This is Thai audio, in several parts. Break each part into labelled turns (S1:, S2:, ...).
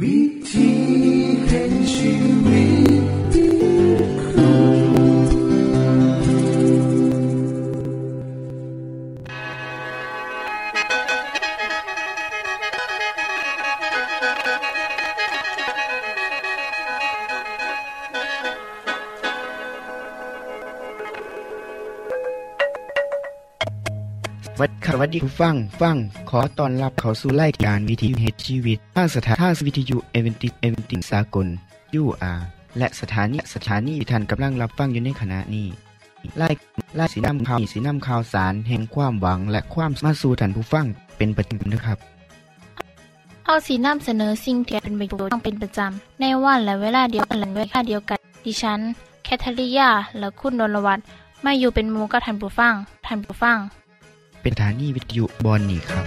S1: วิธีแห่งชีวิต
S2: วัดขวัดดีผู้ฟัง ฟัง ขอต้อนรับเขาสู่รายการวิถีเหตุชีวิตทางสถานทางวิทยุเอเวนติเอเวนติสากล UR และสถานีสถานีที่ท่านกำลังรับฟังอยู่ในขณะนี้รายรายสีน้ำข่าวสีน้ำข่าวสาร แห่งความหวังและความมาสู่ท่านผู้ฟังเป็นประจำนะครับ
S3: เอาสีน้ำเสนอสิ่งที่เป็นประโยชน์ต้องเป็นประจำ ในวันและเวลาเดียวกันและเวลาเดียวกัน ดิฉัน แคทเธอรียา และคุณนนวัตมาอยู่เป็นหมูกับทันผู้ฟังทันผู้ฟัง
S2: เป็นสถานีวิทยุบอนนี่ครับ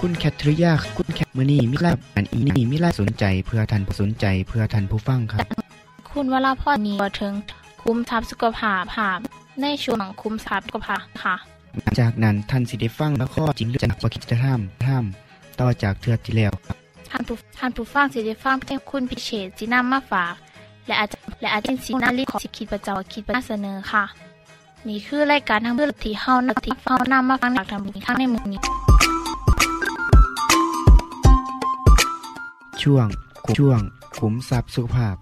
S2: คุณแคทริยาคุณแคทมือนี่มิไลฟ์อันอีนี่มิไลฟ์สนใจเพื่อท่านผู้สนใจเพื่อท่านผู้ฟังครับ
S3: คุณวราพ่อนีบถึง คุ้มทรัพย์สุขภาพภาพ ในช่วงของคุ้มทรัพย์สุขภาพค่ะ
S2: จากนั้นท่านสิได้ฟังและข้อจริงเรื่องจากประคิจธรรมธรรมต่อจากเทือกที่แล้วครับ
S3: ท่านผู้ท่านผู้ฟังสิได้ฟังเพลงคุณพิเชษจีน่ามาฝาก และอาจารย์และอาจารย์สีนาลีขอสิคิดประจาคิดประจำเสนอค่ะ นี่คือรายการทางเพื่อที่เฮานาที่เฮานามาฟังจากทางมีข้างในมือนี้
S2: ช่วงขุมช่วงขุมทรัพย์สุขภาพ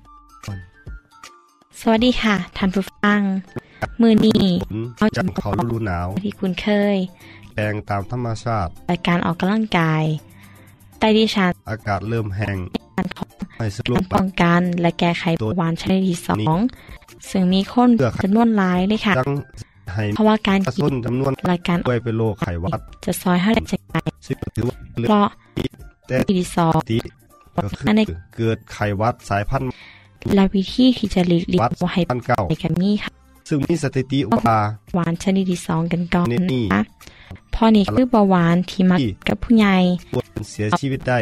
S4: สวัสดีค่ะท่านผู้ฟัง มือนี
S5: ผมย่ำเขาฤดูหนาว
S4: ที่คุณเคย
S5: แปลงตามธรรมชาติ
S4: รายการออกกำลังกายใต้ดิฉัน
S5: อากาศเริ่มแห้ง
S4: การของ
S5: ไม่สะดว
S4: กาก รป้องกันและแก้ไขเบาหวานชนิดที่สองซึ่งมีคน
S5: เลือก
S4: จำนวนหลายเลยค่ะ
S5: จังให้
S4: เพราะว่าการกิ
S5: ส้
S4: น
S5: นจำนวน
S4: และการอ
S5: ด้
S4: อ
S5: วยเป็นโรคไขหวัด
S4: กจะซอยให้ได้ใจไป
S5: ซึ่งถือว่าเป็นเรื่
S4: เพ
S5: อง
S4: ราะ
S5: แต่
S4: ที่ที่สอง
S5: ตีก็คือเกิดไขหวัดสายพันธุ์
S4: และวิธีที่จะหลีกเลี่ย
S5: หวัด
S4: งบ่ให้
S5: พันธุ์เก่า
S4: ไปกับมีค่ะ
S5: ซึ่งมีสถิติว่า
S4: หวานชนิดที่สองกันก่อน
S5: นี่นี่
S4: นะคะเพอนี่คือเบาหวานที่มักกับผู้ใหญ่
S5: ปวดเสียชีวิตได้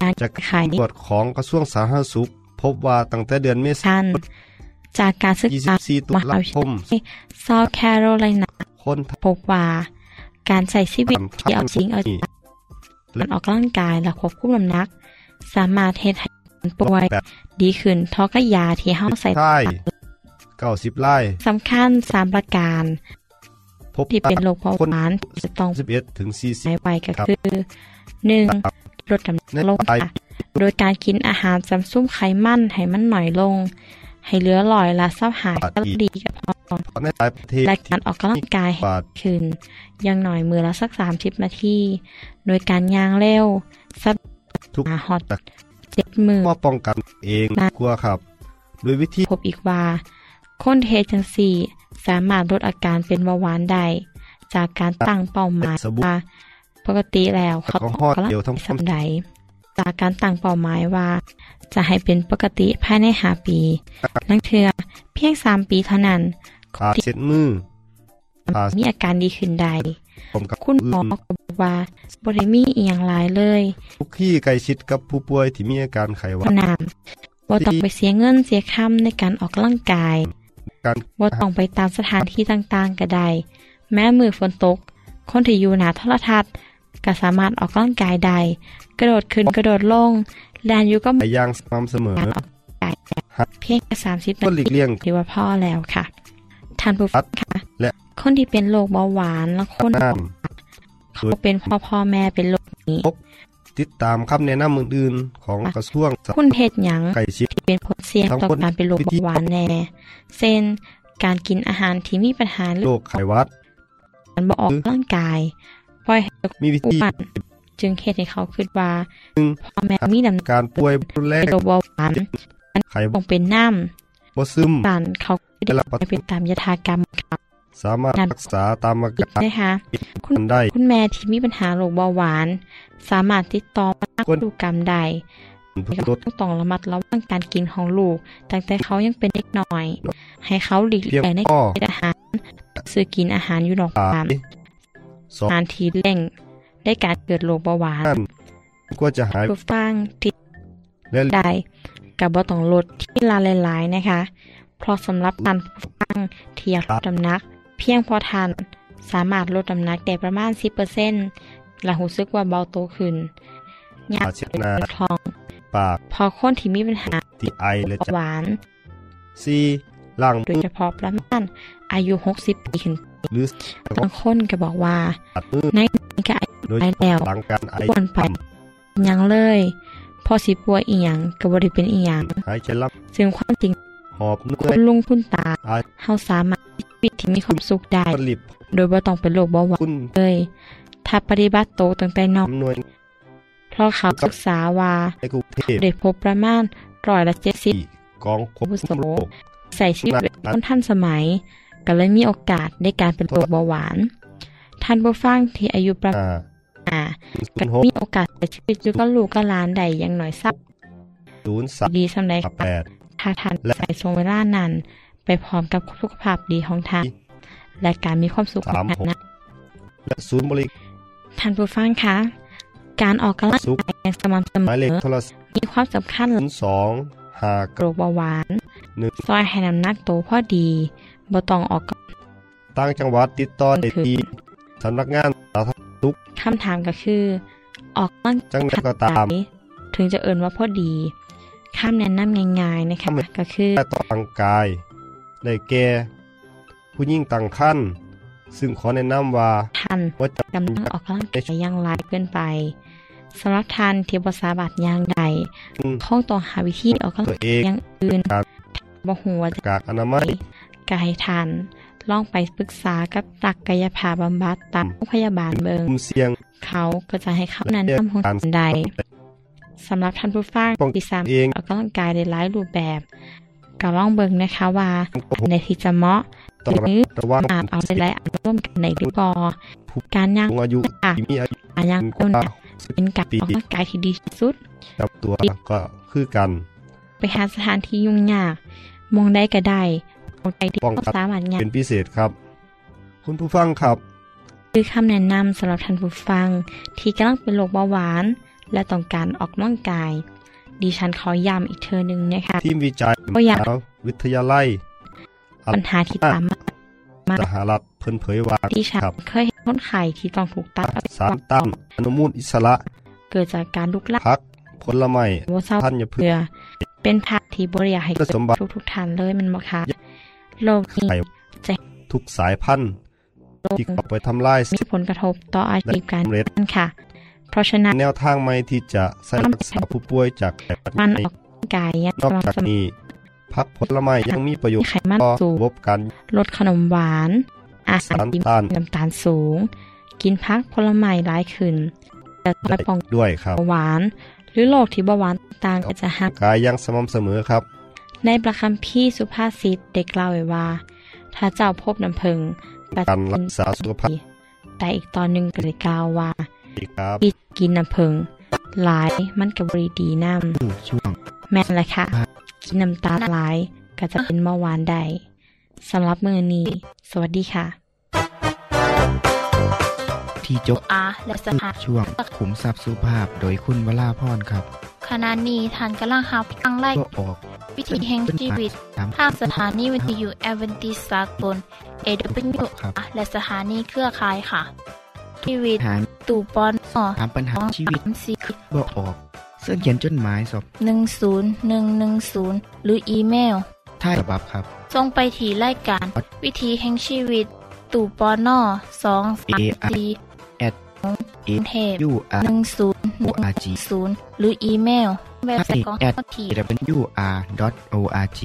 S4: การ
S5: จาก
S4: ขาย
S5: ตรวจของกระทรวงสาธารณสุข พบว่าตั้งแต่เดือนเมษา
S4: ชันจากการศึกษา
S5: 24ตุ
S4: ม
S5: ลา
S4: หาวิทยา
S5: ค
S4: ลั
S5: ม
S4: ย เซาท์แคโรไลนา
S5: คนท
S4: พบว่า การใส่ชีวิต
S5: ำ
S4: ที่เอาจริงเอาจังการออกกำลังกายและควบคุมน้ำหนัก สามารถเฮ็ดให้คนป่วย
S5: แบบ
S4: ดีขึ้นเท่ากับยาที่เฮาใส่
S5: ใช่เก้าสิบไร่
S4: สำคัญสามประการ
S5: พบ
S4: ที่เป็นโรคเบาหวานที่จะต้อง
S5: 31ถึง
S4: หาย
S5: 40
S4: ไปก็คือ 1. ลดน้ำหนักลงค่ะโดยการกินอาหารจำซุ้มไขมันให้มันหน่อยลง ให้เหลือหลอยละเศร้าหายแคลอรี่กับพอ
S5: ในหลายประเทศ
S4: และการออกกำลังกาย
S5: บาท
S4: ขึ้นอยังหน่อยมือละสักสามสิบนาทีโดยการย่างเร็ว สัป
S5: ทุก
S4: ดาห์ฮอตเจ็ดมือ
S5: ว่าป้องกันเองกลัวครับ โดวยวิธี
S4: พบอีกว่า คนเทจังสี่สามารถลดอาการเป็นเบาหวานได้จากการตั้งเป้าหมาย
S5: สบู่
S4: ว่าปกติแล้วเขา
S5: แอลกอฮอล์
S4: กำลัง
S5: เดียวทั้ง
S4: สัปดาห์จากการตั้งเป้าหมายว่า จะให้เป็นปกติภายในหาปีนั่นคือเพียงสามปีเท่านั้น
S5: ขาเช็ดมือขา
S4: มีอาการดีขึ้นได้
S5: ผมกับ
S4: คุณหมอก็บอกว่าบริมีเอียงหลายเลย
S5: ทุกที่ใกล้ชิดกับผู้ป่วยที่มีอาการไขหวั
S4: ส
S5: ด
S4: นามว่าต้องไปเสียเงินเสียค่ำในการออกกำลังกาย
S5: การ
S4: ว่าต้องไปตามสถานที่ต่างๆก็ได้ แม้มือฝนตก คนที่อยู่หนาโทรทัศน์ก็สามารถออกกำลังกายได้ กระโดดขึ้นกระโดดลงแลนอยู่ก็
S5: หลายอย่างสม่ำเสมอ
S4: การออกกำลังกาย
S5: ครับ
S4: เพียงแค่สามสิบ
S5: ก็
S4: นา
S5: หลีก
S4: ที
S5: เลี่ยง
S4: หรือว่าพ่อแล้วค่ะท่านผู้ฟังค่ะ
S5: และ
S4: คนที่เป็นโรคเบาหวานและคน
S5: น้
S4: เขาเป็นพ่อพ่อแม่เป็นโรคนี้
S5: ำติดตามคำแนะนำอื่นๆ ของกระทรวงสาธารณ
S4: คุณเฮ็ดหยัง
S5: สุขใกล้ชิด
S4: ที่เป็นผลเสี่ยงต่อ
S5: ทั้งคน
S4: การเป็นโรค
S5: วิธี
S4: เบาหวานแน่ เช่น การกินอาหารที่มีปัญหา
S5: โร
S4: เรื่อง
S5: คไขหวัด
S4: การบ่ออกกำลังกายปล่อยให้
S5: มีวิ
S4: อุ
S5: ธี
S4: บัติจึงเหตุให้เขาคิดว่า
S5: หนึ่ง
S4: พ่อแม่มีน้ำ
S5: การป่วยรุนแร
S4: เป็น
S5: ง
S4: โรคเบาหวาน
S5: ไขหวั
S4: ต้
S5: ด
S4: องเป็นน้
S5: บ่ซึม
S4: ำตันเขาไม่ได้
S5: ได้รับประทาน
S4: เป็นตามยถากรรมค่ะ
S5: สามารถรักษาตามอาการ
S4: นะคะ
S5: ได้
S4: คุณแม่ที่มีปัญหาโรคเบาหวาน สามารถติดต่อมา
S5: คน
S4: ดูกรรมใด
S5: ลด
S4: ต้องระมัดระวังการกินของลูกตั้งแต่เขายังเป็นเด็กน้อย ให้เขาหลีก
S5: เพียง
S4: เลี่ยงใน
S5: พ่อ
S4: การกินอาหารซื้อกินอาหารอยู่นอก
S5: สา
S4: บ้าน
S5: ยสอง
S4: อาหารที่เร่งได้การเกิดโรคเบาหวาน
S5: ท่านก็จะหาย
S4: ผู้ฟังที่
S5: และ
S4: ได้กับบ่ต้องลดที่ลาหลายๆนะคะ เพราะสำหรับท่านผู้ฟังที่อยากลดน้ำหนัก เพียงพอทานสามารถลดน้ำหนักได้ประมาณ 10%ก และหูซึกว่าเบาโตขึ้นยา
S5: อาเชนา
S4: คลอง
S5: ปาก
S4: พอคนที่มีปัญหา
S5: ติไอและ
S4: เบา
S5: จับ
S4: หวาน
S5: ซีล่าง
S4: โดยเฉพาะประมาณอายุ 60 ปีขึ้น
S5: หรือ
S4: บางคนก็บอกว่า
S5: ตัดมือ
S4: ในนี้ก็อายุ
S5: โดย
S4: ไปแล้ว
S5: หลังการไอ
S4: ควรไปหยังเลย พอสิป่วยอีหยังก็บ่ได้เป็นอีหยัง
S5: หายใจรับ
S4: ซึ่งความจริง
S5: หอบเหนื่อ
S4: คุ
S5: ย
S4: ณลุงคุณตา
S5: อา
S4: เฮาสามารถมีชีวิตที่มีความสุขได้
S5: ผลิต
S4: โดยบ่ต้องเป็นโรคเบาหวาน
S5: คุณ
S4: เลย ถ้าปฏิบัติโตวตั้งแต่นอก
S5: อำนวย
S4: เพราะเขาศึกษาว่า
S5: ในกรุงเทพ
S4: เด็กพบประมาณร้อยละเจ็ดสิบ
S5: อีกกองควบ
S4: ผู้สู
S5: คุม
S4: ง
S5: โรค
S4: ใส่ชีวิตแบบต้นท่านสมัย ก็เลยมีโอกาสในการเป็นโรคเบาหวาน ท่านผู้ฟังที่อายุประมาณ
S5: อ่า
S4: ก็
S5: ศูนย์หก
S4: มีโอกาสใส่ชีวิตอยู่ก็ลูกก็หล้านใดอย่างหน่อยสัก
S5: ศูนย์สาม
S4: ดีสำหรับ
S5: แปด
S4: ถ้าท่าน
S5: และ
S4: ใส่ทรงเวลานั้น ไปพร้อมกับสุขภาพดีของท่าน และการมีความสุขข
S5: สา
S4: อง
S5: ม
S4: ท่าน
S5: หก
S4: นะ
S5: และศูนย์บริ
S4: ท่านผู้ฟังคะการออกกำลัง
S5: สุข
S4: กายอย่างสม่ำเส
S5: ห
S4: ม
S5: มายเล
S4: อ
S5: ขโทรศัพท์
S4: มีความสำคัญหลาย
S5: ศูนย์สองหา
S4: โรคเบาหวาน
S5: หนึ่ง
S4: ซอยให้น้ำหนักตัวพอดีบ่ต้องออกกำลัง
S5: ตั้งจังหวัดติดต่อได้ที่สำนักงานสาธารณสุข
S4: คำถามก็คือ ออกกำลัง
S5: จังหวัดก็
S4: กา
S5: ตาม
S4: ยถึงจะเอินว่าพอดีคำแนะนำง่ายๆนะคะก็คือ
S5: แต่ต้องร่างกาย ได้แก่ผู้ยิ่งต่างขั้นธ์ซึ่งขอแนะนำว่า
S4: ท่าน
S5: ว่าจะ
S4: กำลังออกกำลังกายอย่างไรเกินไปสำหรับท่านที่บ่สามารถย่างใดคงต้องหาวิธีออกกำลั
S5: ตั
S4: ง
S5: วเอ
S4: กา
S5: ง
S4: ยอย่างอื่นบ่ฮู้ว่าจะ
S5: กากอนามัย
S4: กายทันลองไปปรึกษากับตักกายภาพบำบัดตามโรงพยาบาลเบิง
S5: กลุ่มเสี่ยง
S4: เขาก็จะให้คำแนะนำของท่านใดสำหรับท่านผู้ฟัง
S5: ป้องกัน
S4: ที่สาม
S5: เอง
S4: ออกกำลังกายในหลายรูปแบบก็ลองเบิ่งนะคะว่าอันในที่จะเหมาะ
S5: ต้องระวัง
S4: อาจเอาไปหลายอันร่วมกันในหรือบ่การย่าง
S5: ผู้อายุ
S4: ค่ะ
S5: ที่มีอายุ
S4: การย่าง
S5: ก
S4: ก้น
S5: ว่าสิบ
S4: เป็นการออกกำลังกายที่ดีที่สุด
S5: จับตัวก็คือกัน
S4: ไปหาสถานที่ยุ่งยากมองได้ก็ได้มองได้ที่
S5: ป้อง
S4: เขา
S5: กัน
S4: สามารถย่าง
S5: เป็นพิเศษครับ คุณผู้ฟังครับ
S4: คือคำแนะนำสำหรับท่านผู้ฟัง ที่กำลังเป็นโรคเบาหวาน และต้องการออกกำลังกาย ดิฉันขอย้ำอีกเทอนึงนะคะ
S5: ทีมวิจัยม
S4: ก็อยาก
S5: หาวิทยาลัย
S4: ปัญหาที่ตามมา
S5: สหรัฐเพิ่นเผยวาง
S4: ดิฉัน
S5: ครับ
S4: เคยเห็นคนไข้ที่ต้องถูกตัดอวัยวะ
S5: สารตั้งอนุมูลอิสระ
S4: เกิดจากการลุกลาม
S5: พักผลไม้
S4: วัวเศร้า
S5: ท่านอย่าพึ่ง
S4: เบื่อเป็นภาพที่บริยากให้
S5: คุ
S4: เกิด
S5: ณสมบัติ
S4: ทุกทุกๆทานเลยมันบอกค่ะโรคนี้
S5: ไข่ทุกสายพันธุ์ที่เข้าไปทำลาย
S4: มีผลกระทบต่ออาชีพการ
S5: สำเร็จ
S4: งานค่ะ เพราะฉะนั้น
S5: แนวทางใหม่ที่จะใช้รักษาผู้ป่วยจากไข
S4: มั
S5: มัน น
S4: ออกกำลังกายอย่าง
S5: นอก
S4: สม่ำ
S5: จาก
S4: เสมอ
S5: นี้พักผลไม้ยังมีประโยช
S4: มี
S5: น์
S4: ไขมัน
S5: ต่อ
S4: สูง
S5: ระบบการ
S4: ลดขนมหวาน อาหาร
S5: สาร
S4: ที่
S5: ต้าน
S4: มีน้ำตาลสูง กินพักผลไม้ร้ายขึ้นจะช่วยป้องกัน
S5: ด้วยครับ
S4: เบาหวาน หรือโรคที่เบาหวานต่างๆก็จะห้าม
S5: กายยังสม่ำเสมอครับ
S4: ในประคำพี่สุภาษิตเด็กเล่าไว้ว่า ถ้าเจ้าพบน้ำพึงปัจ
S5: การรักษาสุขภาพ
S4: แต่อีกตอนหนึ่งก็ได้กล่าวว่า
S5: ดีครับ
S4: กินกินน้ำพึงหลายมันกับบริดีน้
S2: สู่ช่วง
S4: ำแม่นแหละค่ะ กินน้ำตาลหลายก็จะเป็นเมื่อวานได้สำหรับมือนี้ สวัสดีค่ะ
S2: ที่จบ
S3: อาและสถาน
S2: ช่วงขุมทรัพย์สุภาพโดยคุณวราพรครับ
S3: ขณะนี้ท่านกำลังหับตั้งไล่
S2: ก็ออก
S3: วิถีแห่งชีวิต
S2: ตาม
S3: ภาพสถานีวิทยุแอเวนติสากล AWR และสถานีเครือข่ายค่ะ ชีวิต
S2: หาร
S3: ตู่ปอนสอ
S2: ถามปัญหา
S3: สอง
S2: ชีวิต
S3: สามสี่
S2: บ่ออกเสื้อเขียนจดหมายสอบ
S3: หนึ่งศูนย์หนึ่งหนึ่งศูนย์หรืออีเมล
S2: ท่ายฉบับครับ
S3: ส่งไปถีรายการ วิธีแห่งชีวิต ตู่ปอนอสองสามสี่
S2: at
S3: กรุงเทพ
S2: u r
S3: หนึ่งศูนย์หนึ่ง
S2: r g
S3: ศูนย์หรืออีเมลเว็บไซต์ของ
S2: at
S3: ที
S2: w r o r g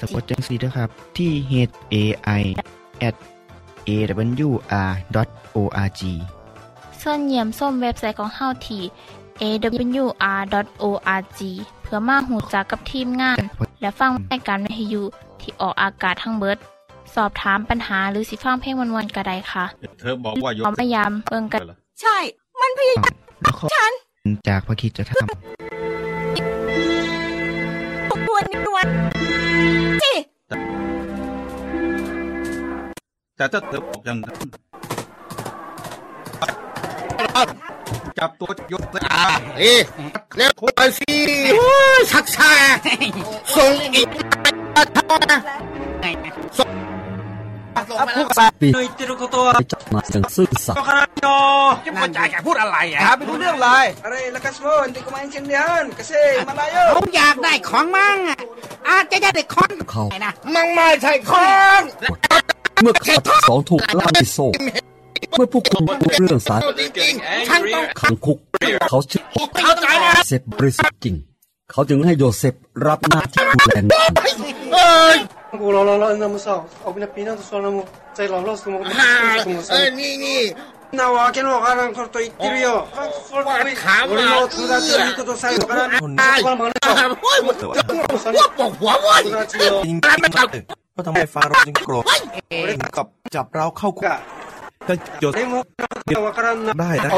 S2: สะกดจังสีนะครับ ที่ h a i at a w r o r g
S3: เชิญเยี่ยมส้มเว็บไซต์ของเฮาที่ awr.org เพื่อมาหูจักกับทีมงาน และฟังรายการวิทยุที่ออกอากาศทั้งเบิด สอบถามปัญหาหรือสิฟังเพลงวันๆกระไดค่ะ
S6: เธอบอกว่าย
S3: ข
S6: ก
S3: อมายามเบิ่งกัน
S6: เหรอ
S7: ใช่ มันพยายาม
S2: และข้อจากพระคิดจะท
S7: กวนกวนสิ
S6: แต่ถ้าเธอบอกอย่างนั้นจับตัวยกเลย
S8: อ่าเอ๊ะเร็วไปสิโอ้ยชักชาส่งอีกส่งไป พูดไป
S9: ปี
S10: 抜いてることは
S9: ไปจับมาสังซื่อสัต
S10: 分
S9: ย์
S10: からんよ
S8: จะพูดจาแกพูดอะไรอ่ะไม่รู้เรื่องเลย
S10: Aray, lakas mo, hindi kumain sindihan kasi malayo.
S11: ผมอยากได้ของมั่งอ่ะอาจจะได้ของ
S9: เขา
S11: ไหนนะ
S8: มังไม่ใช่ของ
S9: เมื่อข้าทั้งสองถูกล่าในโซ่เมื่อพวกคุณรู้เรื่องสาร
S11: ฉันต้อง
S9: ขังคุก เขาชื่อ
S8: เข้าใจนะ
S9: เซฟบริสุทธิ์จริง เขาจึงให้โยเซฟรับหน้าที่ดูแลนาง
S8: เอ้ย
S11: กูรอรอรอนะมึงสาวเอาไปนะปีนั่นตัวสอนนะมึงใจหล่อรอส มอง
S8: ฮ่าเอ้ยนี่นี่
S11: น่าวาแค่ว่าการคนตัวอีกทีเดียว
S8: ปาดขา
S11: วันนี้
S8: มา
S11: เราทุกท่านมีตัวใส่กันนะ
S8: ตายโอ้ยมึงจะว่าปกหัววันร้านไม่ตัก
S10: ก็ทำให้ฟาโรห์จึงโกรธกับจับเราเข้าคุกก็โยเซฟ
S11: ว่าการนะ
S10: ได้นะ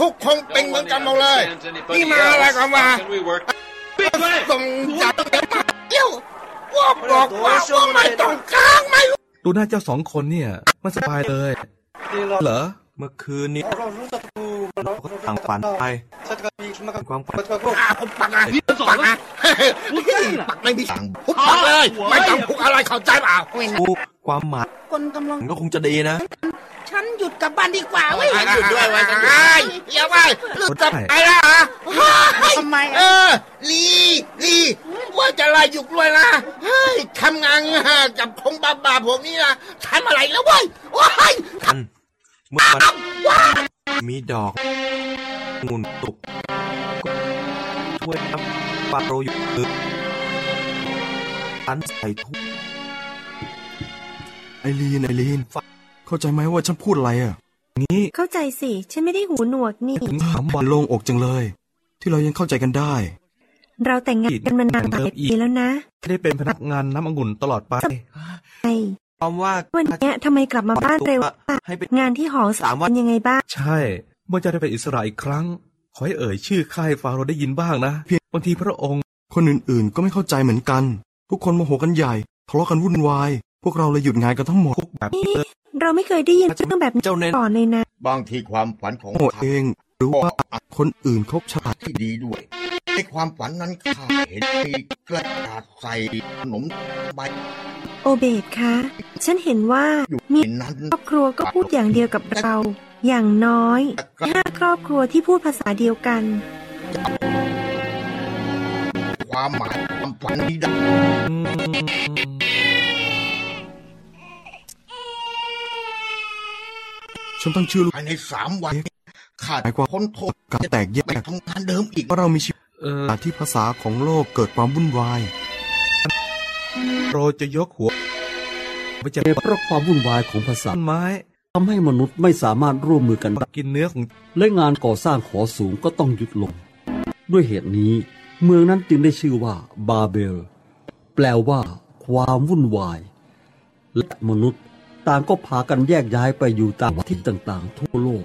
S8: ทุกคนเป็นเหมือนกันหมดเลยนี่มาอะไรกันมาส่งจับมาเที่ยวว่าบอกว่าว่าไม่ต้องค้างไม่
S10: ดูหน้าเจ้าสองคนเนี่ยมันสบายเลย เหรอ เมื่อคืนนี้
S11: เรารู้ตัวกูเรา
S10: ก็ต่างฝันไป
S11: ชัดกันดีมากกัน
S10: ความฝัน
S11: ปัจจุบัน
S8: อาผมปักอ่ะปักอ่ะปักไม่มีสั่งพุกปักเลย ไม่ต้องพุกอะไรเข้าใจเปล่า
S10: กูความหมาย
S11: คนกำลัง
S10: มันก็คงจะดีนะ
S11: ฉันหยุดกับบ้านดีกว่าเว้ย
S8: หยุดด้วยไว้ไอ้อย่าไปหลุดจับไปนะฮะ
S11: ทำไม
S8: เออลีลีว่าจะลายหยุกด้วยนะเฮ้ยทำงานกับคงบาบาพวกนี้นะทำอะไรแล้วเว้ยว้าย
S10: ทันเมื่อมันมีดอกงูตุกช่วยนับปาโรอยู่คืออันใส่ทุก
S9: ไอรีนไอรีนเข้าใจไหมว่าฉันพูดอะไรอ่ะ
S10: นี้
S7: เข้าใจสิ ฉันไม่ได้หูหนวกนี่
S9: ผมถามบอลโล่งอกจังเลย ที่เรายังเข้าใจกันได้
S7: เราแต่งงานกันมานานหลายปีแล้วนะ
S10: ไม่ได้เป็นพนักงานน้ำองุ่นตลอดไป
S7: ไอ้
S10: ความว่า
S7: วันเนี้ยทำไมกลับมาบ้านเร็วล่ะ
S10: ให้เป็น
S7: งานที่หอสามวันยังไงบ้าง
S10: ใช่ เมื่อจะได้เป็นอิสระอีกครั้ง ขอให้เอ่ยชื่อค่ายฟาโรห์ได้ยินบ้างนะบางทีพระองค์
S9: คนอื่นๆ ก็ไม่เข้าใจเหมือนกัน ทุกคนโมโหกันใหญ่ ทะเลาะกันวุ่นวาย พวกเราเลยหยุดงานกันทั้งหมด
S10: คุกแบบนี้เลย
S7: เราไม่เคยได้ยินเรื่องแบบนี้
S10: เจ้าเน้น
S7: ก่อนเลยนะ
S8: บางทีความฝันของ
S9: โมเอง หรือว่าคนอื่นเขาฉลาด
S8: ที่ดีด้วย ในความฝันนั้นข้าเห็นมีกระดาษใส่ขนมใบ
S7: โอเบตคะ ฉันเห็นว่ามี
S8: นั้น
S7: ครอบครัวก็พูดอย่างเดียวกับเรา อย่างน้อยห้าครอบครัวที่พูดภาษาเดียวกัน
S8: ความหมายความฝันนี้ได้
S9: ฉันตั้งชื่อลูก
S8: ภายในสามวันนี้ข้า
S9: หมายความ
S8: พ้นโทษ
S9: การแตกแย
S8: ไป
S9: ก
S8: ทำงานเดิมอีก
S9: เพราะเรามีชีวิต
S10: เออ
S9: ที่ภาษาของโลกเกิดความวุ่นวาย
S10: โรห์จะยกหัวไปจะ
S9: เพราะความวุ่นวายของภาษา
S10: ต้นไม้
S9: ทำให้มนุษย์ไม่สามารถร่วมมือกันได้
S10: กินเนื้อของ
S9: และงานก่อสร้างขอสูงก็ต้องหยุดลง ด้วยเหตุนี้ เมืองนั้นจึงได้ชื่อว่าบาเบล แปลว่าความวุ่นวาย และมนุษย์ต่างก็พากันแยกย้ายไปอยู่ตามทิศต่างๆ ทั่วโลก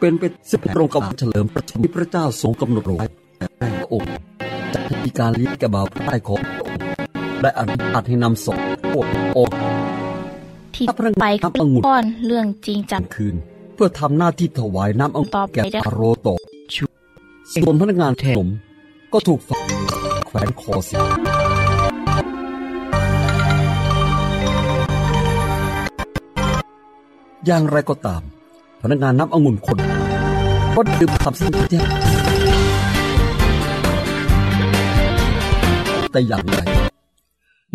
S9: เป็นไปซึ่งตรงกับวันเฉลิมพระชนมที่พระเจ้าทรงกำหนดไว้แต่แรกองค์จัดพิธีการเลี้ยงกระบาวใต้ของพระองค์และอนุญาตให้นำศพพวกออก
S3: ที่ไปกับก้อนเรื่องจริงจาก
S9: กลางคืนเพื่อทำหน้าที่ถวายน้ำอง
S3: ต่อไป
S9: แก่
S3: ได้
S9: ฟาโรห์โตส่วนพนักงานแทนผมก็ถูกฝังแขวนคอเสียอย่างไรก็ตาม พนักงานน้ำองุ่นคนก็ดื่มคำสั่งที่แต่อย่างไร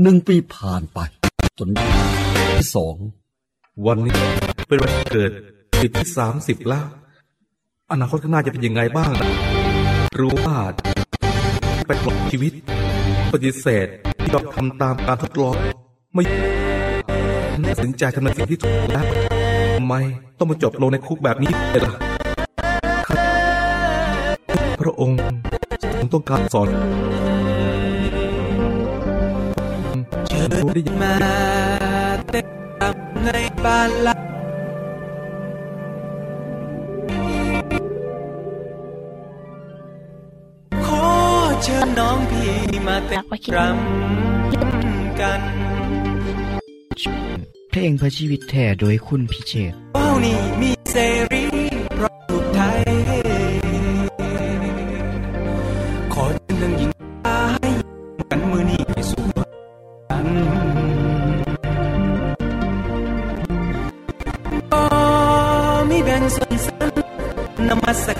S9: หนึ่งปีผ่านไป จนที่สอง
S10: วันนี้เป็นวันเกิดติดที่สามสิบแล้ว อนาคตข้างหน้าจะเป็นยังไงบ้างนะรู้ว่าไปปลดชีวิต ปฏิเสธที่ยอมทำตามการทดลองไม่ตัดสินใจทำในสิ่งที่ถูกแล้วทำไมต้องมาจบลงในคุกแบบนี้เลยล่ะข้าพระองค์ผมต้องการสอนผมรู้ได้ยังไง
S1: ขอเชิญน้องพี่มาเต้
S3: หลั
S1: น
S3: กว่าคิด
S1: รำกัน
S2: เพลงพระชีวิตแท่โดยคุณพิเชษฐ์
S1: ว้าวนี่มีเสรีเพราะถูกไทย ขอเชิญนางหญิงให้กันมือนี้ให้สู่กัน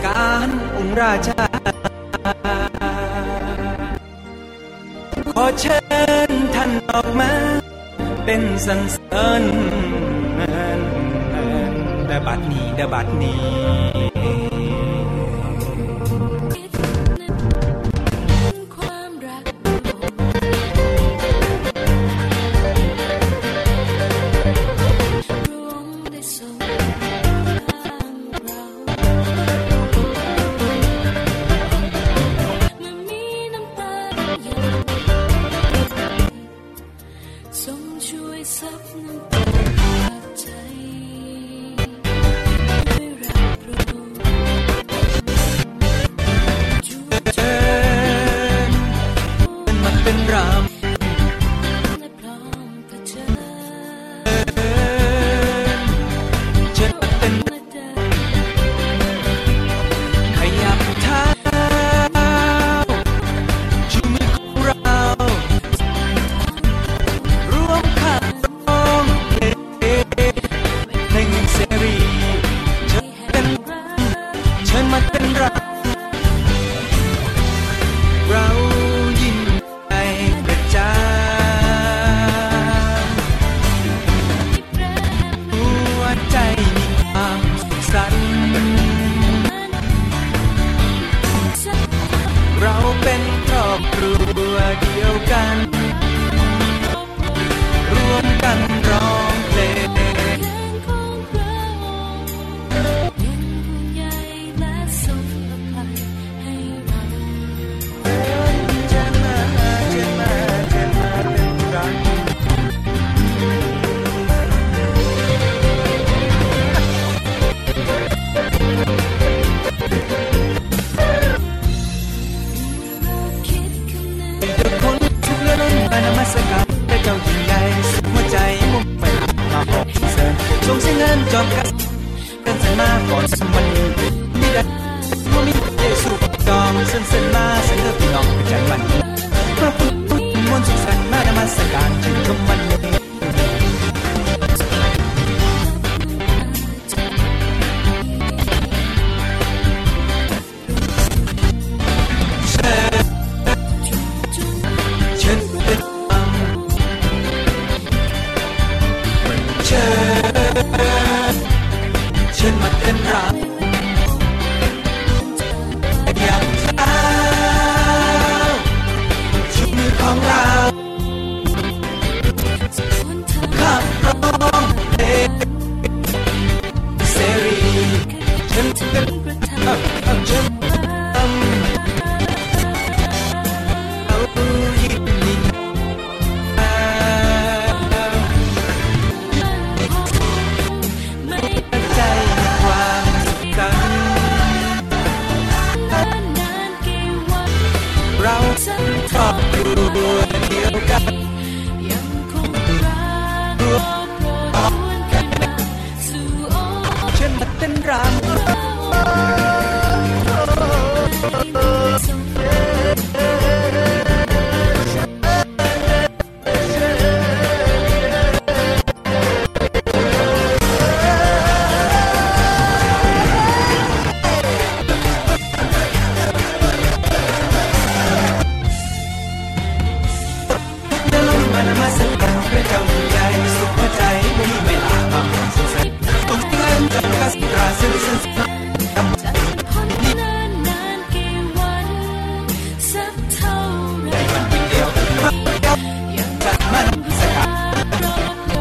S1: การองค์ราชา ขอเชิญท่านออกมา เป็นสันเสริญดบัดนี้ดบัดนี้
S12: ทรงช่วยซับน้ำตาจากใจด้วยรักพระองค์
S1: เชิญเป็นมันเป็นราม
S12: และพร้อมเผชิญ
S1: เชิญมาเป็นขยับเท้าชีวิตของเรารวมข้างร้องเพลงในเงินเสรีเชิญเป็นเชิญมาเป็นเรา เรายิ่งไปกระจายหัวใจมีความสั่นเราเป็นครอบครัวเดียวกัน รวมกันร้องเพลง
S12: ใหญ่และทรงอภัยให้เรา
S1: จงใช้เงินจอมกันกันสันมาก่อนสมัยไม่ได้เมื่อมีเยซูจอมเส้นเส้นมาเส้นเลือดพี่น้องกระจายมันพระพุทธมนต์สุขสันต์มานมัสการชื่นชมมันเชิญเชิญเป็นธรรมเชิญเชิญมาเป็นรำอยากเท้าชูมือของเราขับร้องเพลงเสรีเชิญเป็นเอ่อเอ่อเชิญทำเอายิ่งยิ่งเอา ใจในความสุขกัน เราครอบครัวเดียวกันรวมต่อกันเช่นมาเต้นรำเดินลงมานามาสักการพระเจ้าอยู่ใหญ่สุขหัวใจไม่มีเวลามาหมดสงสัยต้องเตือนจนกระสิราซึ่งซึ่งทำใจเดียวพระเจ้าจัดมานามาสักการ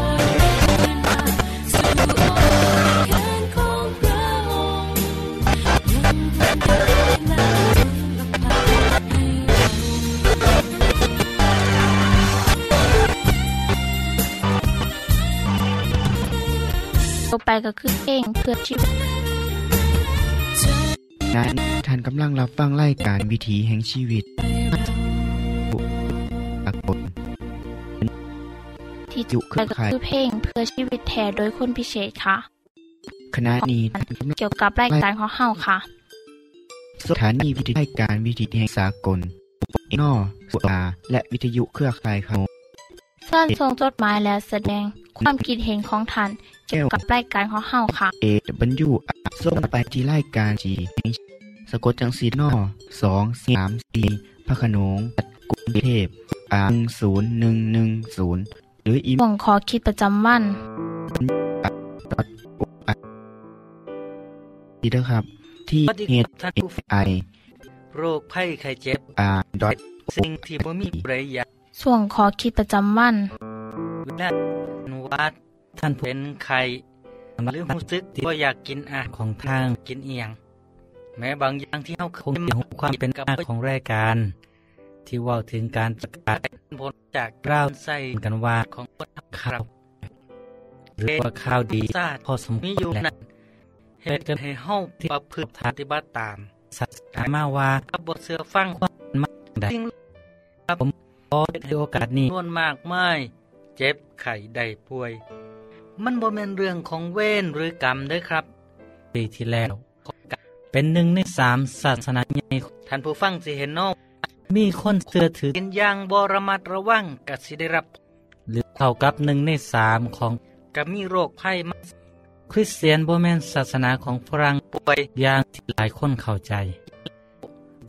S3: ต่อไปก็คือเพลงเพื่อชีวิต
S2: นั้นท่านกำลังรับฟังรายการวิถีแห่งชีวิตอากล
S3: ที่จบไปก็คือเพลงเพื่อชีวิตแทนโดยคุณพิเชษค่ะ
S2: คณะนี้ท่านกำลัง
S3: เกี่ยวกับรายการของเฮาค่ะ
S2: สถานีวิทยุรายการวิถีแห่งสากลเอนอสุอาและวิทยุเครือข่ายเขา
S3: เส้นทรงจดหมายและแสดงความคิดเห็นของท่าน เกี่ยวกับรายการของเฮาค่ะ
S2: A W ส่งไปที่รายการจีสะกดจังสีนอสองสามสี่พระโขนงกรุงเทพอ่างศูนย์หนึ่งหนึ่งศูนย์หรืออีเม
S3: ห่
S2: ล
S3: วงขอคิดประจำวัน
S2: ดีเด้อครับ ที่เฮดไอ
S13: โรคไข้ไข้เจ็บ
S2: อาร์ดอท
S13: สิ่งที่บ่มีประโยชน์
S3: ส่วงขอคิดประจำวัน
S13: นั่นวัดท่านผู้เป็นไข้หรือรู้สึกที่บ่อยากกินอาหารของทางกินเอียง แม้บางอย่างที่เฮาคงมีความเป็นกลางของรายการ ที่เว่าถึงการประกาศผลจากราวใส่กันว่าของคนข่าวหรือว่าข่าวดีซาดพอสมควรมีอยู่นั้นเหตุกันให้เฮาที่ประพฤติปฏิบัติตามศาสนามาว่ากับบทเสือฟังความหมายใด ครับผมขอให้โอกาสนี้ส่วนมากไม่เจ็บไข้ได้ป่วย มันบ่แม่นเรื่องของเวรหรือกรรมเด้อครับ ปีที่แล้วของกรรมเป็นหนึ่งในสามศาสนาใหญ่ท่านผู้ฟังสิเห็นเนอกมีคนเชื่อถือเป็นอย่างบระมัดระวังก็สิได้รับ หรือเท่ากับหนึ่งในสามของก็มีโรคภัยมาคริสเตียนบ่แม่นศาสนาของฝรั่งป่วยอย่างที่หลายคนเข้าใจ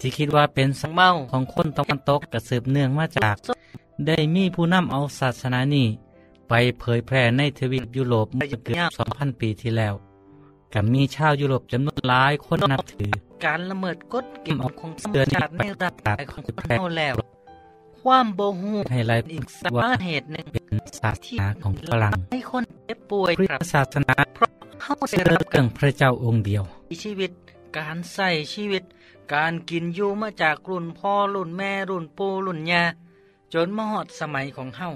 S13: ที่คิดว่าเป็นสังเมาของคนตะวันตกกระสืบเนื่องมาจาก ได้มีผู้นำเอาศาสนานี้ไปเผยแพร่ในทวีปยุโรปเมื่อเกือบ2,000 ปีที่แล้วกับมีชาวยุโรปจำนวนหลายคนนับถือ การละเมิดกฎเกณฑ์ของเสือชาติไม่รับตาของคนเท่าแล้ว ความโบหูให้รายอีกสาเหตุหนึ่งเป็นศาสนาของฝรั่งให้คนเจ็บป่วยพระศาสนาเพราะเขาได้รับเกิงพระเจ้าองค์เดียว ชีวิตการใส่ชีวิต การกินอยู่มาจากรุ่นพ่อรุ่นแม่รุ่นปู่รุ่นยาจนมาฮอดสมัยของเฮา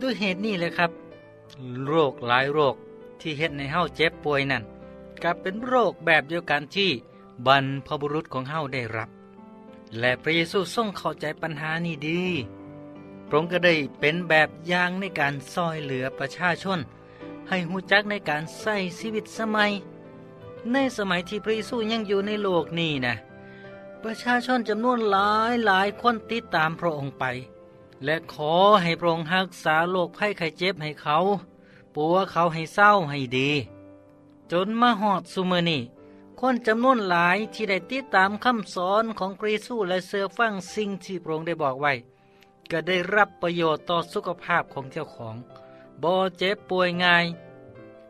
S13: ด้วยเหตุนี้เลยครับ โรคหลายโรคที่เฮ็ดในเฮาเจ็บป่วยนั่นกลับเป็นโรคแบบเดียวกันที่บรรพบุรุษของเฮาได้รับ และพระเยซูทรงเข้าใจปัญหานี้ดี พระองค์ก็ได้เป็นแบบอย่างในการซอยเหลือประชาชน ให้หูจักในการใส่ชีวิตสมัย ในสมัยที่พระเยซูยังอยู่ในโลกนี้นะ ประชาชนจำนวนหลายหลายคนติดตามพระองค์ไป และขอให้พระองค์รักษาโรคภัยไข้เจ็บให้เขา ปัวเขาให้เศร้าให้ดี จนมาหอดซุมือนี่คนจำนวนหลายที่ได้ติดตามคำสอนของพระเยซูและเสือฟังสิ่งที่พระองค์ได้บอกไว้ ก็ได้รับประโยชน์ต่อสุขภาพของเจ้าของบ่เจ็บป่วยง่าย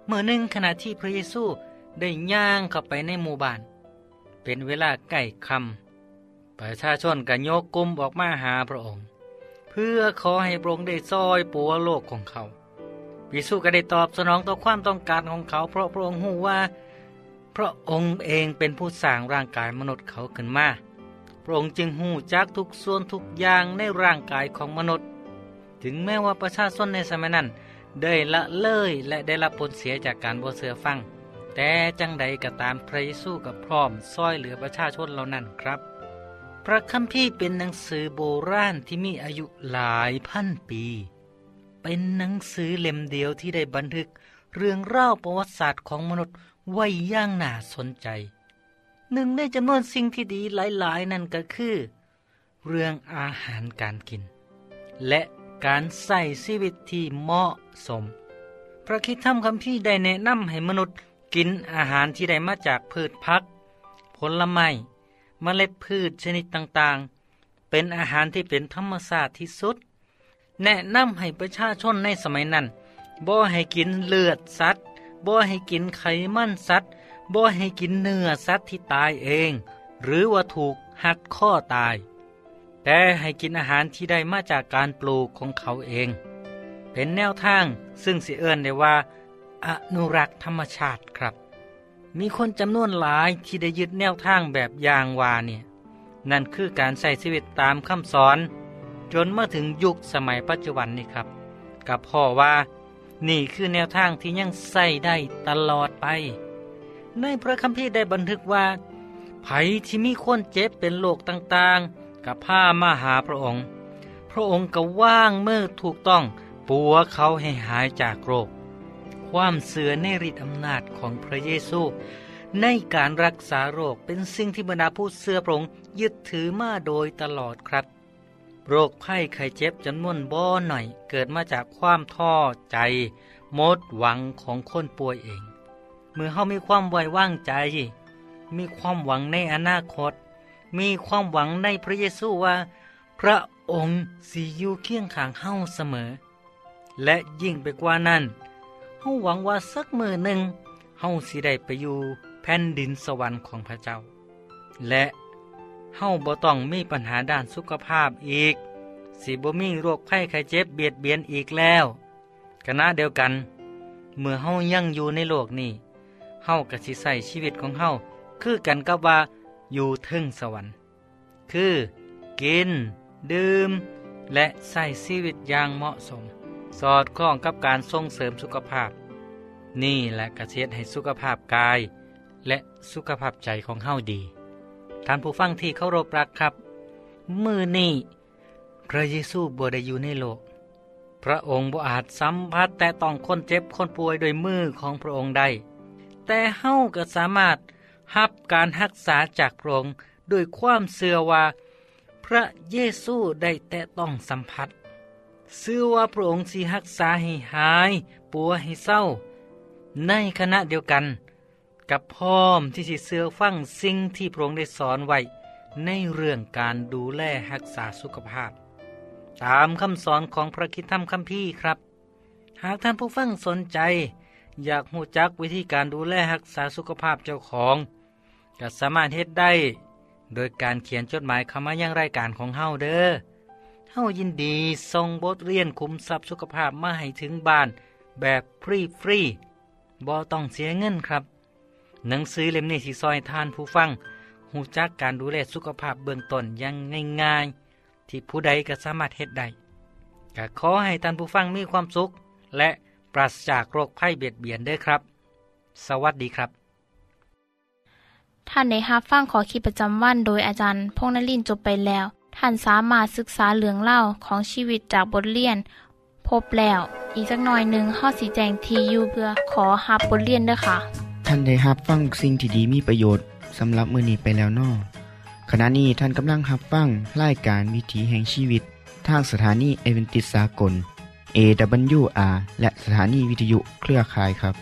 S13: เมื่อหนึ่งขณะที่พระเยซูได้ย่างเข้าไปในหมู่บ้าน เป็นเวลาใกล้คำประชาชนก็นยกกลุ่มออกมาหาพระองค์ เพื่อขอให้พระองค์ได้ซอยปัวโลกของเขาพระเยซูก็ได้ตอบสนองต่อความต้องการของเขา เพราะพระองค์รู้ว่า พระองค์เองเป็นผู้สร้างร่างกายมนุษย์เขาขึ้นมา พระองค์จึงหูจักทุกส่วนทุกอย่างในร่างกายของมนุษย์ ถึงแม้ว่าประชาชนในสมัยนั้น ได้ละเลยและได้รับผลเสียจากการบ่เสือฟัง แต่จังใดก็ตามพระเยซูกับพร้อมซอยเหลือประชาชนเหล่านั้นครับ พระคัมภีร์เป็นหนังสือโบราณที่มีอายุหลายพันปี เป็นหนังสือเล่มเดียวที่ได้บันทึกเรื่องเล่าวประวัติศาสตร์ของมนุษย์ไว้อย่างน่าสนใจ หนึ่งในจำนวนสิ่งที่ดีหลายๆ นั่นก็คือ เรื่องอาหารการกิน และการใส่ชีวิตที่เหมาะสม พระคริดธรรมคัมภีร์ได้แนะนำให้มนุษย์กินอาหารที่ได้มาจากพืชพัก ผลไม้เมล็ดพืชชนิดต่างๆ เป็นอาหารที่เป็นธรรมชาติที่สุด แนะนำให้ประชาชนในสมัยนั้น บ่ให้กินเลือดสัตว์ บ่ให้กินไขมันสัตว์ บ่ให้กินเนื้อสัตว์ที่ตายเอง หรือว่าถูกหักข้อตาย แต่ให้กินอาหารที่ได้มาจากการปลูกของเขาเอง เป็นแนวทางซึ่งสิเอิญได้ว่า อนุรักษ์ธรรมชาติครับ มีคนจำนวนหลายที่ได้ยึดแนวทางแบบอย่างวาเนี่ย นั่นคือการใส่ชีวิตตามคำสอน จนมาถึงยุคสมัยปัจจุบันนี่ครับ กับพ่อว่า นี่คือแนวทางที่ยังใส่ได้ตลอดไป ในพระคัมภีร์ได้บันทึกว่า ไผที่มีคนเจ็บเป็นโรคต่างๆ กับผ้ามาหาพระองค์ พระองค์ก็ว่างเมื่อถูกต้องปัวเขาให้หายจากโรค ความเสือในฤทธิอำนาจของพระเยซู ในการรักษาโรคเป็นสิ่งที่บรรดาผู้เสือพระองค์ยึดถือมาโดยตลอดครับ โรคไข้ไข้เจ็บจำนวนบ่อหน่อย เกิดมาจากความท้อใจ หมดหวังของคนป่วยเอง เมื่อเฮามีความไว้วางใจ มีความหวังในอนาคต มีความหวังในพระเยซูว่า พระองค์สิอยู่เคียงข้างเฮาเสมอ และยิ่งไปกว่านั้นเฮาหวังว่าสักมือหนึ่งเฮาสิได้ไปอยู่แผ่นดินสวรรค์ของพระเจ้า และเฮาบ่ต้องมีปัญหาด้านสุขภาพอีก สิบ่มีโรคภัยไข้เจ็บเบียดเบียนอีกแล้วขณะเดียวกัน เมื่อเฮายังอยู่ในโลกนี้เฮาก็สิใส่ชีวิตของเฮาคือกันกับว่าอยู่เทึงสวรรค์ คือกิน ดื่ม และใส่ชีวิตอย่างเหมาะสม สอดคล้องกับการส่งเสริมสุขภาพ นี่แหละกระเฮ็ดให้สุขภาพกาย และสุขภาพใจของเฮาดี ท่านผู้ฟังที่เคารพรักครับ มือนี้พระเยซูบ่ได้อยู่ในโลก พระองค์บ่อาจสัมผัสแต่ต้องคนเจ็บคนป่วยโดวยมือของพระองค์ได้ แต่เฮาก็สามารถหับการรักษาจากพระองค์ด้วยความเสื่อว่า พระเยซูได้แต่ต้องสัมผัส ซื่อว่าพระองค์สิรักษาให้หายปัวให้เศร้า ในขณะเดียวกัน กับพร้อมที่สิเสือฟังสิ่งที่พระองค์ได้สอนไว้ ในเรื่องการดูแลรักษาสุขภาพ ตามคำสอนของพระคริดธรรมคัมภีร์ครับ หากท่านผู้ฟังสนใจ อยากหูจักวิธีการดูแลรักษาสุขภาพเจ้าของก็สามารถเฮ็ดได้ โดยการเขียนจดหมายคำว่ายังรายการของเฮาเด้อ เฮายินดีส่งบทเรียนคุ้มทรัพย์สุขภาพมาให้ถึงบ้าน แบบฟรีฟรีๆบ่ต้องเสียเงินครับ หนังสือเล่มนี้สิซอยท่านผู้ฟังหูจักการดูแลสุขภาพเบื้องต้นอยังง่ายๆ ที่ผู้ใดก็สามารถเฮ็ดได้ก็ขอให้ท่านผู้ฟังมีความสุข และปราศจากโรคภัยเบียดเบียนเด้อครับ สวัสดีครับ
S3: ท่านในฮับฟังขอคิดประจำวันโดยอาจารย์พงษ์นลินทร์จบไปแล้ว ท่านสามารถศึกษาเหลืองเล่าของชีวิตจากบทเรียน พบแล้ว อีกสักหน่อยหนึ่งข้อสีแจงทียูเพื่อขอฮับบทเรียนด้วยค่ะ
S2: ท่านได้รับฟังสิ่งที่ดีมีประโยชน์สำหรับมือนี้ไปแล้วเนอขณะนี้ท่านกำลังรับฟังรายการวิถีแห่งชีวิต ทางสถานีเอเวนติสากล AWR และสถานีวิทยุเครือข่ายครับ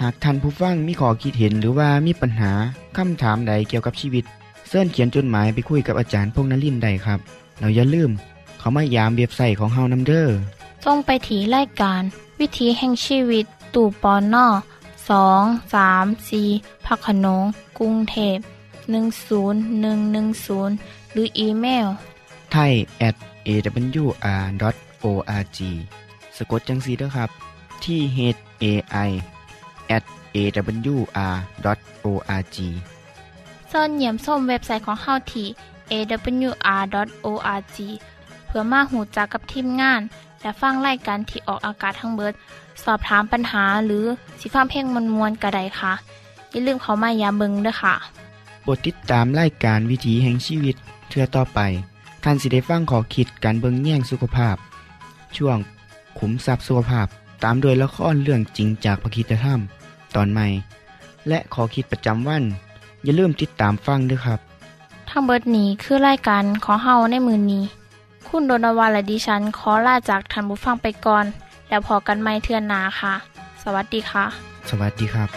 S2: หากท่านผู้ฟังมีข้อคิดเห็นหรือว่ามีปัญหาคำถามใดเกี่ยวกับชีวิตเสินเขียนจดหมายไปคุยกับอาจารย์พงษ์นลินทร์ได้ครับเราอย่าลืม เขามายามเว็บไซต์ของเฮานำเดอร์
S3: ทรงไปถีรายการ วิถีแห่งชีวิต ตู่ปอนนอสองสามสี่พักขนงกรุงเทพ10110 หรืออีเมล
S2: ไทย at awr.org สะกดจังสีด้วยครับ ที่ h a i at awr.org
S3: เซิญเหยี่ยมส้มเว็บไซต์ของเฮาที่ awr.org เพื่อมาหูจักกับทีมงาน และฟังไล่การที่ออกอากาศทั้งเบิด สอบถามปัญหาหรือสิฟ้าเพ่งมวลมวลกระไดค่ะ อย่าลืมเขามายาเบิงด้วยค่ะ
S2: โปรดติดตามรายการวิถีแห่งชีวิตเทื่อต่อไป ท่านสิได้ฟังขอคิดการเบิงแย่งสุขภาพ ช่วงขุมทรัพย์สุขภาพตามโดยละครเรื่องจริงจากพระคีตธรรม ตอนใหม่ และขอคิดประจำวัน อย่าลืมติดตามฟังด้วยครับ
S3: ทั้งเบิดนี้คือรายการขอเฮาในมือนี้ คุณโดนวาและดิฉันขอลาจากท่านผู้ฟังไปก่อน แล้วพอกันไม่เทื่อนหนาค่ะ สวัสดีค่ะ
S2: สวัสดีครับ